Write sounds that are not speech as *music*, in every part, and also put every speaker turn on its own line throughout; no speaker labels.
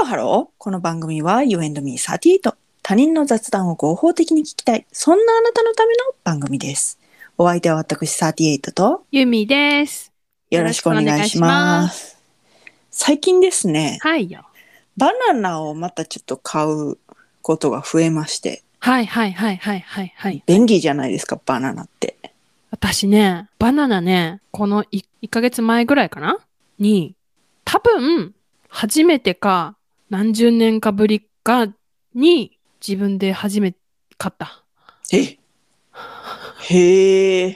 ロハロー。この番組は You and me38。他人の雑談を合法的に聞きたい。そんなあなたのための番組です。お相手は私38と
ゆみです。
よろしくお願いします。最近ですね、
はいよ。
バナナをまたちょっと買うことが増えまして、
はいはいはいはいはいはい。
便利じゃないですか、バナナって。
私ね、バナナね、この 1, ヶ月前ぐらいかなに、多分、初めてか、何十年かぶりかに、自分で初めて買った。
えへえ。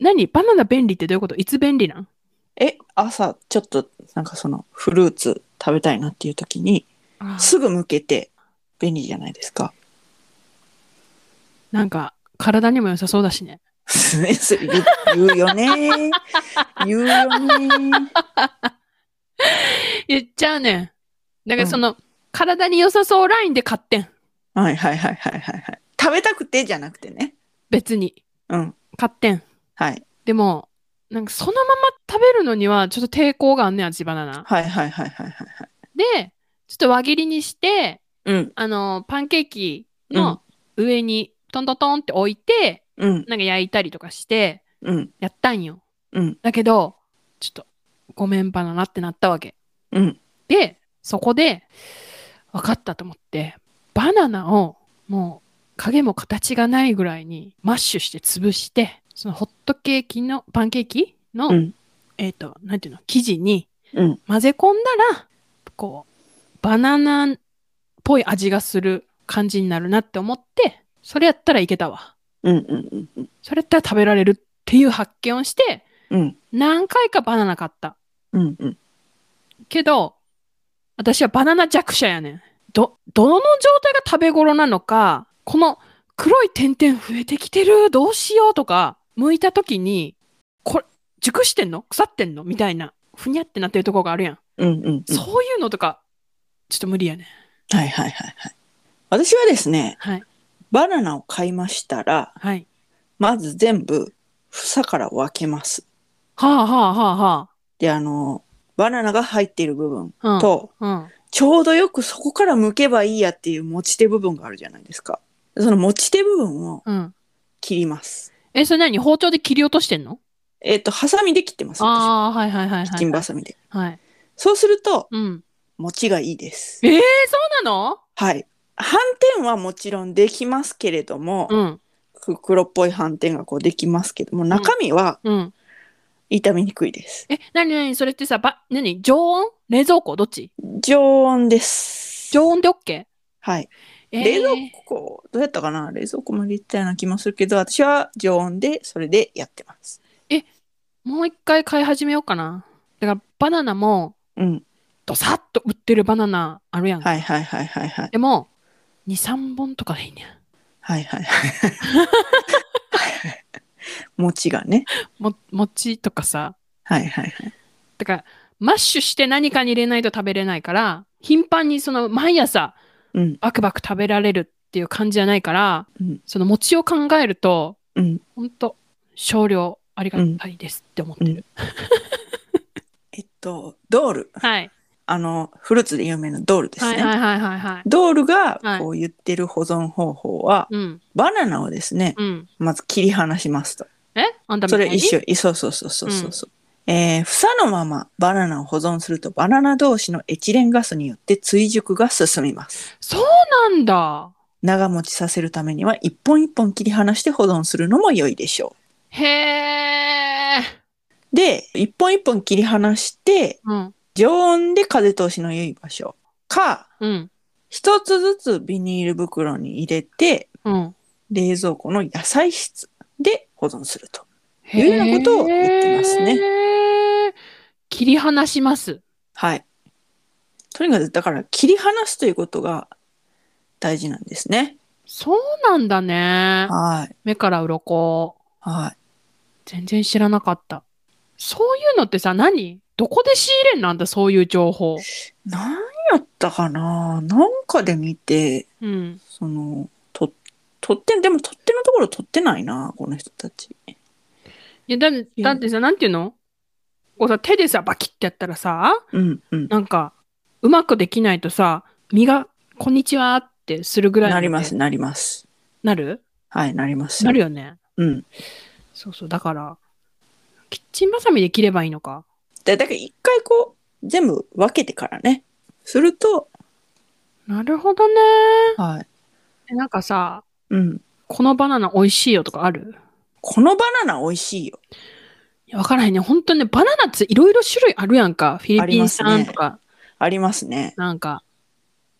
何バナナ便利ってどういうこといつ便利なん
え、朝ちょっとなんかそのフルーツ食べたいなっていう時に、すぐ剥けて便利じゃないですか。
なんか、体にも良さそうだしね。
*laughs* ねそれ言う言うよね。言うよね。
言っちゃうねん。だからその、体に良さそうラインで買ってん。
はいはいはいはいはいはい。食べたくてじゃなくてね。
別に。
うん。
買ってん。
はい。
でも、なんかそのまま食べるのにはちょっと抵抗があんねん、味バナナ。
はいはいはいはいはいはい。
で、ちょっと輪切りにして、
うん。
あの、パンケーキの上にトントントンって置いて、
うん。
なんか焼いたりとかして、
うん。
やったんよ。
うん。
だけど、ちょっと、ごめんバナナってなったわけ。
うん。
で、そこで、分かったと思って、バナナをもう影も形がないぐらいにマッシュして潰して、そのホットケーキの、パンケーキの、
うん
えっ、と、なんていうの、生地に
うん。
混ぜ込んだら、こう、バナナっぽい味がする感じになるなって思って、それやったらいけたわ。
うん。うん。うん。
それやったら食べられるっていう発見をして、
うん。
何回かバナナ買った。
うん。うん。
けど、私はバナナ弱者やねん。ど、どの状態が食べ頃なのか、この黒い点々増えてきてる、どうしようとか、剥いた時に、これ、熟してんの腐ってんのみたいな、ふにゃってなってるとこがあるやん。
うん。うん。
そういうのとか、ちょっと無理やねん。
はいはいはいはい。私はですね、
はい。
バナナを買いましたら、
はい。
まず全部房から分けます。
はあはあは
で、あの、バナナが入っている部分
あはあ。
と、
うん。うん。
ちょうどよくそこから剥けばいいやっていう持ち手部分があるじゃないですか。その持ち手部分を
うん。
切ります。
え、それ何包丁で切り落としてんの
えっ、と、ハサミで切ってます。私
ああ、はいはいはいはい。
キッチンバサミで。
はい。
そうすると、
うん。
持ちがいいです。
えー、そうなの
はい。斑点はもちろんできますけれども、
うん。
黒っぽい斑点がこうできますけども、中身は
うん。
傷みにくいです。
え、なになにそれってさ、ば、なに常温冷蔵庫どっち
常温です。
常温で OK?
はい。
えー、
冷蔵庫、どうやったかな冷蔵庫も入れてたような気もするけど、私は常温でそれでやってます。
もう一回買い始めようかな。だからバナナも、
うん。
ドサッと売ってるバナナあるやん。
はいはいはいはいはい。
でも、2、3本とかでいいねん。
はいはいはい。餅がね。
も、餅とかさ。
はいはいはい。
だから、マッシュして何かに入れないと食べれないから、頻繁にその、毎朝、
うん
バクバク食べられるっていう感じじゃないから、
うん
その餅を考えると、
うん。
ほんと、少量ありがたいですって思ってる。
えっと、ドール。
はい。
あの、フルーツで有名なドールですね。
はいはいはいはいはい。
ドールが
はい
こう言ってる保存方法は、
うん。
バナナをですね、
うん。
まず切り離しますと。
えあんたみ
そ
たい
れ
に
一緒、いそうそうそうそうそうそう。えー房のままバナナを保存するとバナナ同士のエチレンガスによって追熟が進みます。
そうなんだ。
長持ちさせるためには一本一本切り離して保存するのも良いでしょう。
へー。
で、一本一本切り離して、
うん。
常温で風通しの良い場所か、
うん。
一つずつビニール袋に入れて、
うん。
冷蔵庫の野菜室で保存すると。いうようなことを言ってますね
ね。切り離します。
はい。とにかく、だから切り離すということが大事なんですね。
そうなんだね。
はい。
目から鱗
はい。
全然知らなかった。そういうのってさ、何どこで仕入れんなんだ、そういう情報。
何やったかななんかで見て、
うん。
その、と、取って、でも取っ手のところ取ってないな、この人たち。
いや、だだってさ、なんていうのこうさ、手でさ、バキってやったらさ、
うん、うん。
なんか、うまくできないとさ、身が、こんにちはってするぐらいま
な
で
ります、なります。
なる
はい、なります。
なるよね。
うん。
そうそう。だから、キッチンバサミで切ればいいのか。
で、だから一回こう、全部分けてからね。すると、
なるほどね。
はい。
えなんかさ、
うん。
このバナナ美味しいよとかある
このバナナ美味しいよ。
いやわからへんね。本当にね、バナナっていろいろ種類あるやんか。フィリピン
あります
産
ね
とか、
ありますね。
なんか、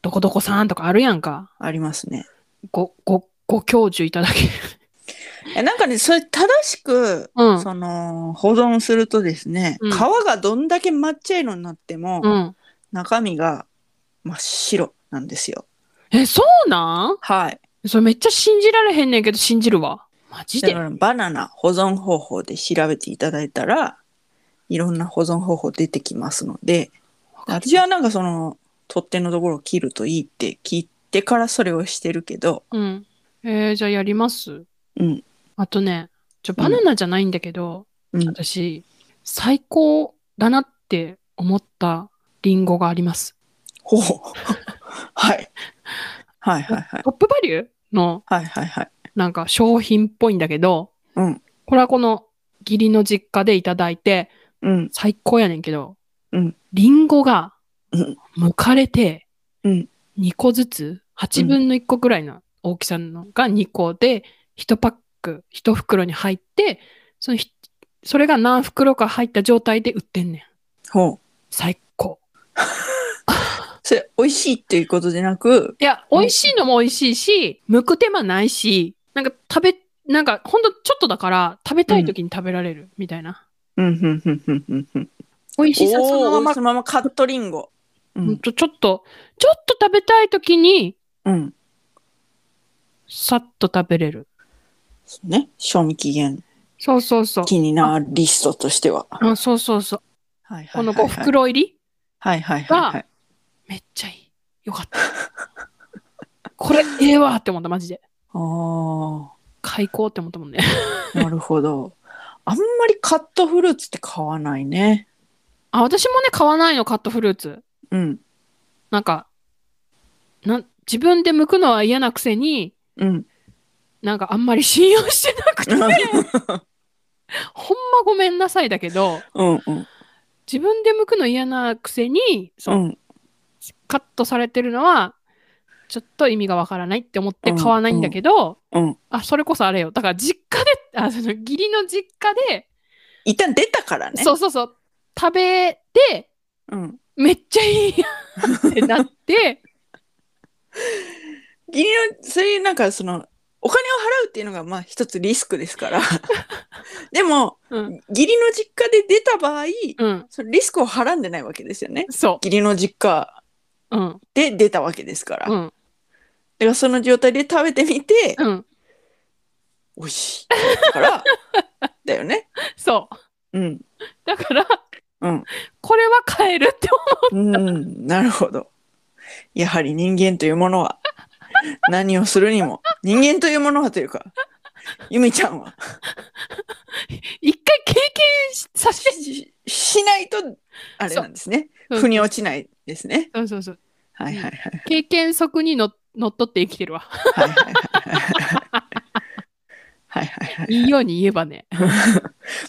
どこどこ産とかあるやんか。
ありますね。
ご、ご、ご教授いただ
*laughs*
け。
えなんかね、それ正しく、
うん。
その、保存するとですね、
うん
皮がどんだけ抹茶色になっても、
うん。
中身が真っ白なんですよ。
え、そうなん
はい。
それめっちゃ信じられへんねんけど、信じるわ。マジ
だ
で
か。らバナナ保存方法で調べていただいたら、いろんな保存方法出てきますので、私はなんかその、取っ手のところを切るといいって聞いてからそれをしてるけど、
うん。えー、じゃあやります。
うん。
あとね、ちょ、バナナじゃないんだけど、
うん
私、最高だなって思ったリンゴがあります。
ほう。はい。はいはいはい。
トップバリューの、
はいはいはい。
なんか商品っぽいんだけど、
うん。
これはこの義理の実家でいただいて、
うん。
最高やねんけど、
うん
リンゴが
うん
剥かれて、
うん
2個ずつ、8分の1個ぐらいの大きさのが2個で、1パック、1袋に入って、そのひそれが何袋か入った状態で売ってんねん。
ほう。
最高。
それ、美味しいっていうことでなく、
いや、
うん
美味しいのも美味しいし、剥く手間ないし、なんか食べ、なんかほんとちょっとだから食べたい時に食べられるみたいな。
うん、うん、うん、うん、うん、うん。
美味しさそのまま
そのままカットリンゴ。う
ほん
ん。
とちょっと、ちょっと食べたい時に、
うん。
さっと食べれる。
そうね。賞味期限
そうそうそう。
気になるリストとしては。
あそうそうそう。
はいは
こ
いは
の
いは
5
い。
袋入り、
はいはいはいはい。
めっちゃいい。よ
*laughs*
かった。これ、ええわって思った、マジで。
あ
開口って思ったもんね。
あ、なるほど。あんまりカットフルーツって買わないね。
あ、私もね、買わないの、カットフルーツ。
うん。
なんか、なん自分で剥くのは嫌なくせに、
うん。
なんかあんまり信用してなくて、
うん
ほんまごめんなさいだけど、
うんうん。
自分で剥くの嫌なくせに、そう
うん。
カットされてるのは、ちょっと意味がわからないって思って買わないんだけど、
うん。
あ、それこそあれよ。だから実家で、あ、その義理の実家で、
一旦出たからね。
そうそうそう、食べて、
うん。
めっちゃいいやんって
*laughs*
なって、
義理の、そういうなんかその、お金を払うっていうのがまあ一つリスクです
*laughs*
から。でも、
うん、
義理の実家で出た場合、
うん、
そのリスクをはらんでないわけですよね。
そ
義理の実家
う、うん、
で出たわけですから。
う
だか
ん、
らその状態で食べてみて、
うん、
美味しい。だから、だよね。
そう。
うん。
だから、
うん。
これは買えるって思
うん。なるほど。やはり人間というものは、何をするにも、人間というものはというか、ゆみちゃんは、
う。一回経験しさせて。
ししないと、あれなんですね。
そう
腑に落ちないですね。
そうそうそう。
はいはいはい。
経験則にののっとって生きてるわ。
はいはいはいはい。はいはいはい
いいように言えばね。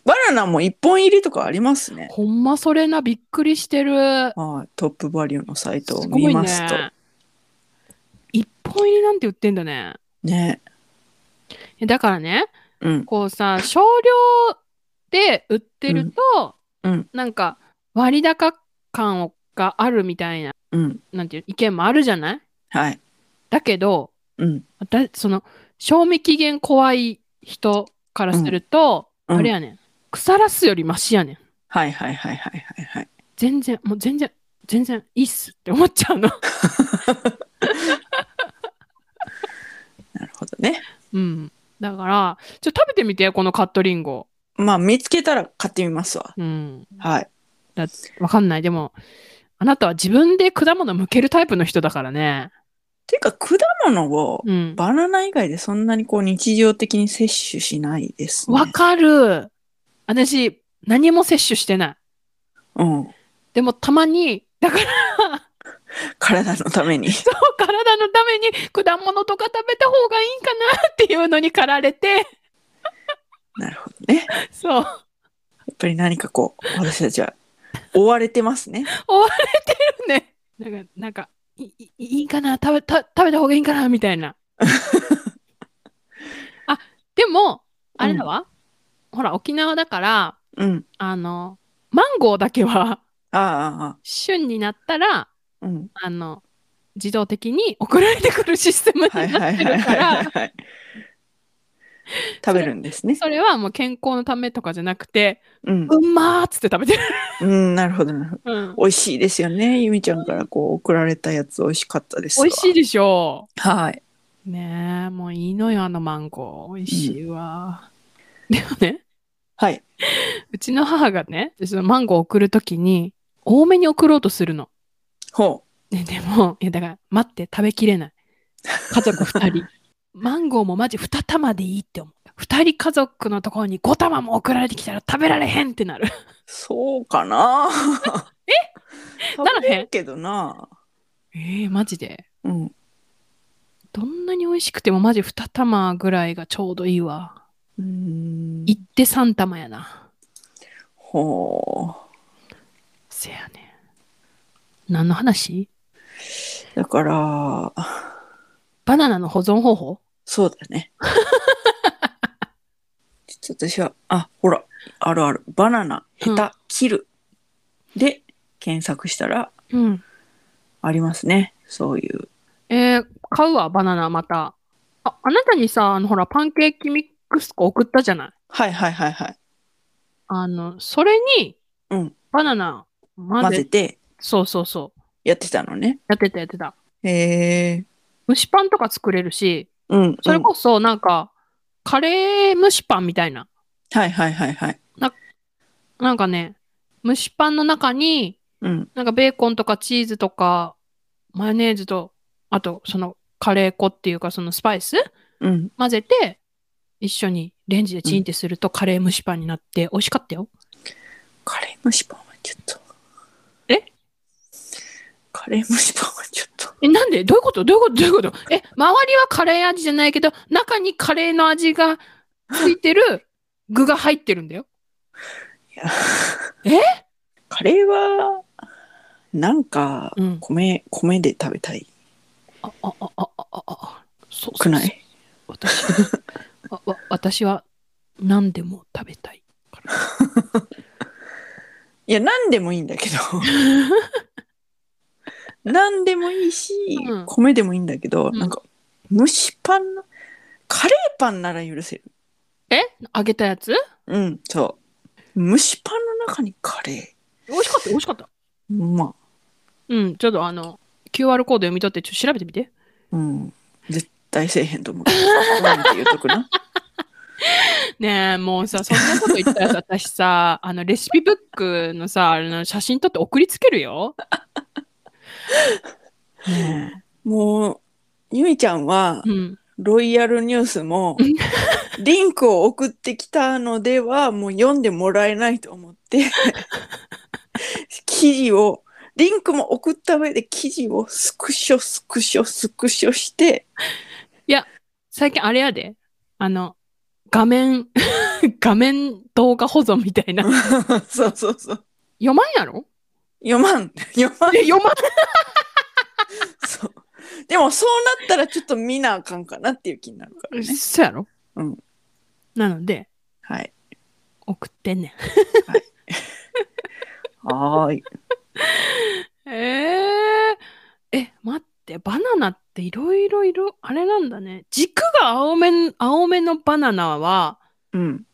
バナナも一本入りとかありますね。
ほんまそれな、びっくりしてる。
はい、トップバリューのサイトを
すご
見
い
ますと。
ね。一本入りなんて売ってんだね。
ね。
えだからね、
うん。
こうさ少量で売ってると、
うんうん
なんか割高感をがあるみたいな
うん。
なんていう意見もあるじゃない
はい。
だけど
うん。
だその賞味期限怖い人からすると、
うんうん
あれやねん腐らすよりマシやねん
はいはいはいはいはいはい。
全然もう全然全然いいっすって思っちゃうの
なるほどね。
うんだからちょっと食べてみてこのカットリンゴ
まあ見つけたら買ってみますわ。
うん
はい。
だわかんないでもあなたは自分で果物むけるタイプの人だからね
ていうか果物を
うん
バナナ以外でそんなにこう日常的に摂取しないですね。
わかる。私、何も摂取してない。
うん。
でも、たまに、だから、
体のた
*laughs*
めに。
体のために果物とか食べた方がいいんかなっていうのに駆られて、 *laughs*
なるほどね。
そう、
やっぱり何かこう、私たちは追われてますね。
追われてるね。なんか、なんか、いいいいんかな食べた食べた方がいいんかなみた
*laughs*
いな。あ、でも、あれだわ。ほら、沖縄だから、
うん。
あの、マンゴーだけ
ああ、
は、
あ
旬になったら、
あ、ああうん。
あの、自動的に送られてくるシステムに
はい
な
は
っ
い
て
はい
るか
はい
ら、
はい。食べるんですね。
それはもう健康のためとかじゃなくて、
うん。
うんまーっつって食べてる。
うん、なるほど、なるほど。
うん
美味しいですよね。ゆみちゃんからこう送られたやつ美味しかったですわ。
美味しいでしょ
はい。
う。ねえ、もういいのよ、あのマンゴー。美味しいわ。でもね、
はい。
うちの母がね、そのマンゴー送るときに、多めに送ろうとするの。
ほ
ね、でも、いやだから、待って、食べきれない。家族2人。マンゴーもマジ2玉でいいって思う。2人家族のところに5玉も送られてきたら食べられへんってなる。
う。そうかな。 *laughs* え食
ならへん
べれるけどな。
えー、マジで。
うん。
どんなに美味しくてもマジ2玉ぐらいがちょうどいいわ。
うーん。
行って3玉やな。
ほ
せやね。何の話
う。だから、
バナナの保存方法
そうだ *laughs* ね。ちょっと私は、あ、ほら、あるある。バナナ、ヘタ、切る。で、検索したら、
うん。
ありますね。そういう。
えー、買うわ、バナナまた。あ、あなたにさ、あの、ほら、パンケーキミックス送ったじゃない。
はいはいはいはい。
あの、それに、
うん
バナナ混ぜ
混ぜて、
そうそうそう。
やってたのね。
やってたやってた。
へえ。
蒸しパンとか作れるし、
うん。
それこそなんか、カレー蒸しパンみたいな。
うんはいはいはいはい。
なんかね、蒸しパンの中に、
うん。
なんかベーコンとかチーズとか、マヨネーズと、あと、その、カレー粉っていうか、そのスパイス
うん。
混ぜて、一緒にレンジでチンってするとカレー蒸しパンになって美味しかったよ。
カレー蒸しパンはちょっと。
え
カレー蒸しパンはちょっと。
え、なんでどういうことどういうことどういうことえ、周りはカレー味じゃないけど、中にカレーの味がついてる具が入ってるんだよ。
いや
え
カレーは、なんか、
うん。
米、米で食べたい
あ、あ、あ、あ、あ、あ、あ、そ
くな
そ
い
私は *laughs* わわ私は何でも食べたい。
いや、何でもいいんだけ
*laughs*
ど。何でもいいし、
うん
米でもいいんだけど、
うん
なんか、蒸しパンの、カレーパンなら許せる。
え揚げたやつ
うん、そう。蒸しパンの中にカレ
美味しかった、美味しかった。
ー。ま
うん、ちょっとあの、QR コード読み取って、ちょっと調べてみて。
あ、うん。絶対せえへんと思うけど。なんて言うとくな。
*laughs* ねえ、もうさ、そんなこと言ったら *laughs* さ、私さ、あの、レシピブックのさ、あれの写真撮って送りつけるよ。ね
もう、ゆみちゃんは
え。、うん。
ロイヤルニュースも、リンクを送ってきたのでは、もう読んでもらえないと思って、記事を、リンクも送った上で記事をスクショ、スクショ、スクショして、 *laughs*
最近あれやで。あの、画面、 *laughs* 画面動画保存みたいな。
そうそうそう。
読まんやろ
読まん、読まん。
え、読まん
そう。でもそうなったらちょっと見なあかんかなっていう気になるからね。
そうやろ
うん。
なので、
はい。
送ってんね
はーい。
ん。えー、え、待って、バナナっていろいろいろ、あれなんだね。軸が青め、青めのバナナは、
うん。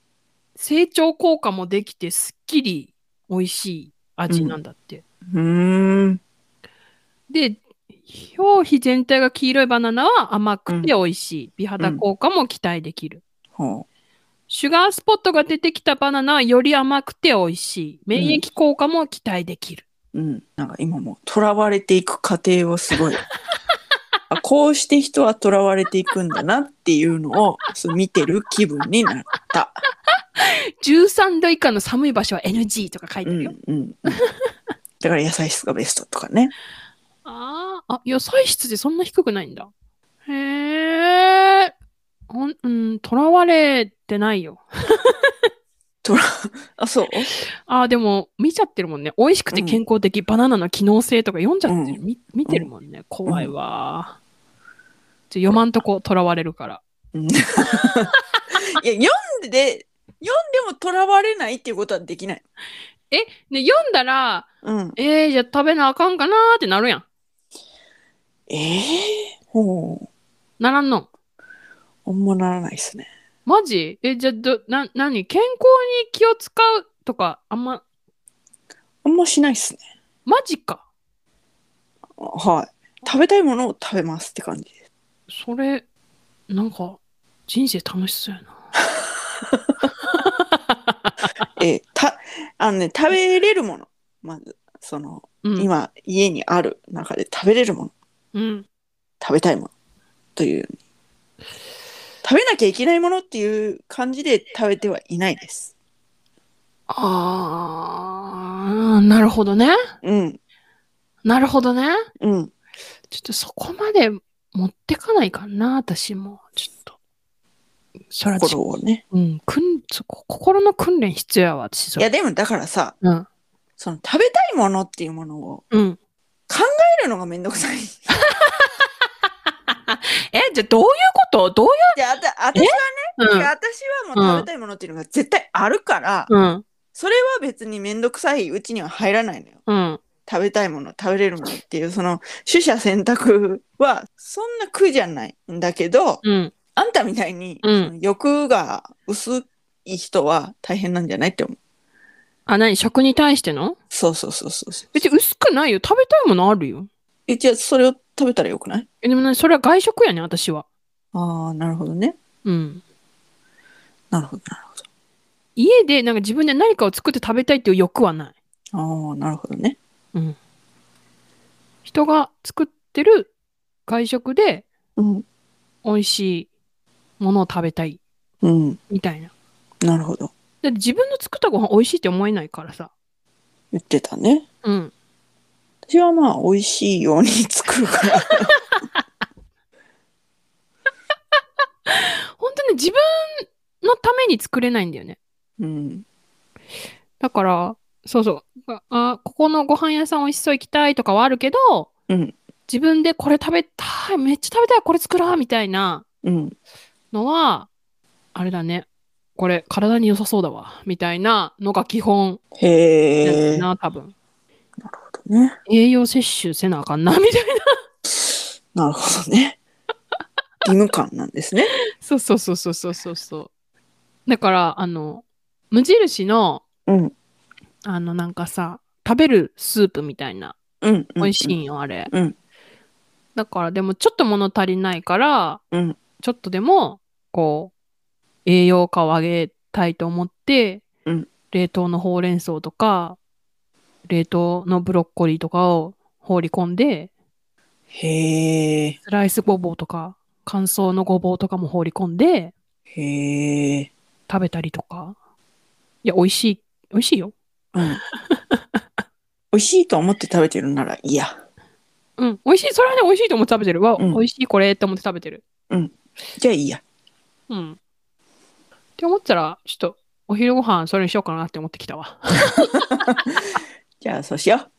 成長効果もできて、すっきり美味しい味なんだって。
うーん。
で、表皮全体が黄色いバナナは甘くて美味しい。美肌効果も期待できる。
ほ
シュガースポットが出てきたバナナはより甘くて美味しい。免疫効果も期待できる。
う。うん。なんか今もう、囚われていく過程をすごい。あこうして人は囚われていくんだなっていうのをそう見てる気分になった。
13度以下の寒い場所は NG とか書いうて
ん
る
う
よ。
んうん。だから野菜室がベストとかね。
あーあ、野菜室でそんな低くないんだ。へえ。ほん、うん、囚われてないよ。
あ、そう
あー、でも、見ちゃってるもんね。美味しくて健康的、バナナの機能性とか読んじゃってる。
う
み見てるもんね。怖いわ。ちょ読まんとこ、囚われるから。
うんいや、読んで、読んでもとらわれないっていうことはできない。
ね、読んだら、
うん。
えー、じゃあ食べなあかんかなーってなるやん。
ええほう。
ならんの。
あんまならないですね。
マジえ、じゃあど、な、なに健康に気を使うとか、あんま、
あんましないですね。
マジか。
はい。食べたいものを食べますって感じです。
それ、なんか、人生楽しそうやな。
えーた、あのね、食べれるもの。まず、その、
うん。
今、家にある中で食べれるもの、
うん。
食べたいもの、という。食べなきゃいけないものっていう感じで食べてはいないです。
あー、なるほどね。
うん、
なるほどね。
うん。
ちょっとそこまで持ってかないかな、私も。ちょっと。そら、
心をね。
うん、くん、そこ、心の訓練必要やわ、私、そ
いや、
れ。
でもだからさ、
うん。
その食べたいものっていうものを
うん。
食べるのがめんどく
*laughs*
さい。
え、じゃあどういうことどうい
で、あた、私はね、
う
いや私はもう食べたいものっていうのが絶対あるから、
うん。
それは別にめんどくさいうちには入らないのよ。
うん。
食べたいもの、食べれるものっていう、その、取捨選択は、そんな苦じゃないんだけど、
うん。
あんたみたいに、
うん
その欲が薄い人は大変なんじゃないって思う。
あ、何食に対しての
そうそうそうそうそう。
別に薄くないよ。食べたいものあるよ。
え、じゃあそれを食べたらよくない
え、でもね、それは外食やね、私は。
ああ、なるほどね。
うん。
なるほど、なる
家で、なんか自分で何かを作って食べたいっていう欲はない。
ほど。ああ、なるほどね。
うん。人が作ってる外食で
うん。
美味しいものを食べたい、
うん。
みたいな。だ
なるほど。
って自分の作ったご飯美味しいって思えないからさ。
言ってたね。
うん。
私はまあ、美味しいように作るから。
*laughs* 本当に自分のために作れないんだよね。
うん。
だから、そうそう。あ、あここのご飯屋さん美味しそう行きたいとかはあるけど、
うん
自分でこれ食べたい、めっちゃ食べたい、これ作ろうみたいな
うん。
のは、あれだね。これ体に良さそうだわ。みたいなのが基本
へ
や
え。なる
な、多分。
ほどね。
栄養摂取せなあかんな、みたいな。
な
*laughs*
るほどね。義務感なんですね。
そうそうそうそうそうそうそう。だから、あの、無印の、
うん。
あの、なんかさ、食べるスープみたいな
うん。
美味しい
い。
んよ、あれ。
うん
だから、でもちょっと物足りないから、
うん
ちょっとでも、こう、栄養価を上げたいと思って、
うん
冷凍のほうれん草とか、冷凍のブロッコリーとかを放り込んで、
へえ。
スライスごぼうとか、乾燥のごぼうとかも放り込んで、
へえ。
食べたりとか。いや、美味しい、美味しいよ。
うん。 *laughs* 美味しいと思って食べてるなら、いや。
うん、美味しい、それはね、美味しいと思って食べてる。わ、
うん
美味しい、これって思って食べてる。
じゃあいいや。
うん。って思ったら、ちょっと、お昼ご飯それにしようかなって思ってきたわ。 *laughs*
じゃあそうしよう。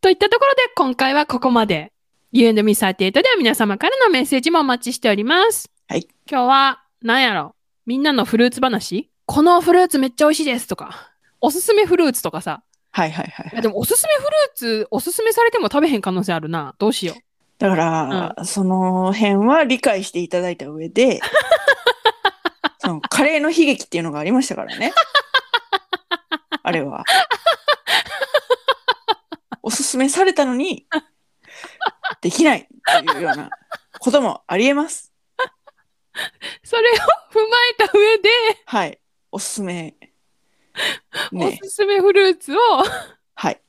といったところで、今回はここまで。You and me38 では皆様からのメッセージもお待ちしております。
はい。
今日は、なんやろ。みんなのフルーツ話このフルーツめっちゃ美味しいですとか、おすすめフルーツとかさ。
はいはいはい
い
は
や
い。
でも、おすすめフルーツ、おすすめされても食べへん可能性あるな。どうしよう。
だから、その辺は理解していただいた上で、 *laughs* そのカレーの悲劇っていうのがありましたからね。あれ *laughs* は。おすすめされたのに、できないっていうようなこともありえます。
それを踏まえた上で、
はい。おすす *laughs* め。
お
ね。
すすめフルーツを、
はい。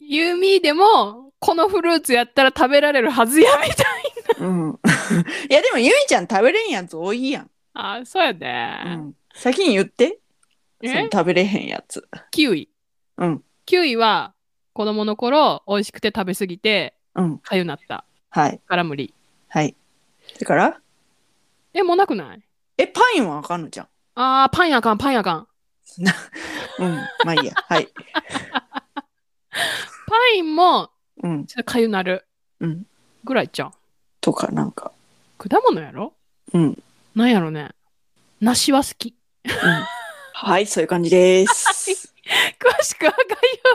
ユーミーでも、このフルーツやったら食べられるはずや、みたいな。
うん。 *laughs* いやでも、ゆみちゃん食べれんやつ多いやん。
あ、そうやで
う。ん、先に言って。その
え
食べれへんやつ。
キウイ。
うん
キウイは、子供の頃、美味しくて食べ過ぎて、
うん。
かゆなった
はい。
から無理。
はい。だから、
え、もうなくない
え、パインはあかんのじゃん。
あー、パンやかん、パンやかん。
うん。まあ *laughs* いいや。はい。
パインも、
うん。
ちょっとかゆなる。
うん。
ぐらいじゃん。
とか、なんか。
果物やろ
うん。うん。
なんやろね。梨は好き。
はい、そういう感じです。
詳しくは概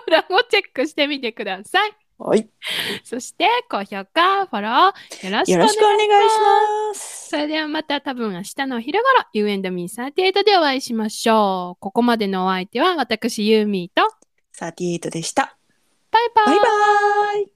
要欄をチェックしてみてください。
はい。
そして、高評価、フォロー、よろしくお
よ
願
ろ
い
し
し
くお
ます。
願いします
そ。れではまた多分明日のお昼頃、You and me38 でお会いしましょう。ここまでのお相手は私、ユーミーと、
38でした。
バイバイ
バイバーイ。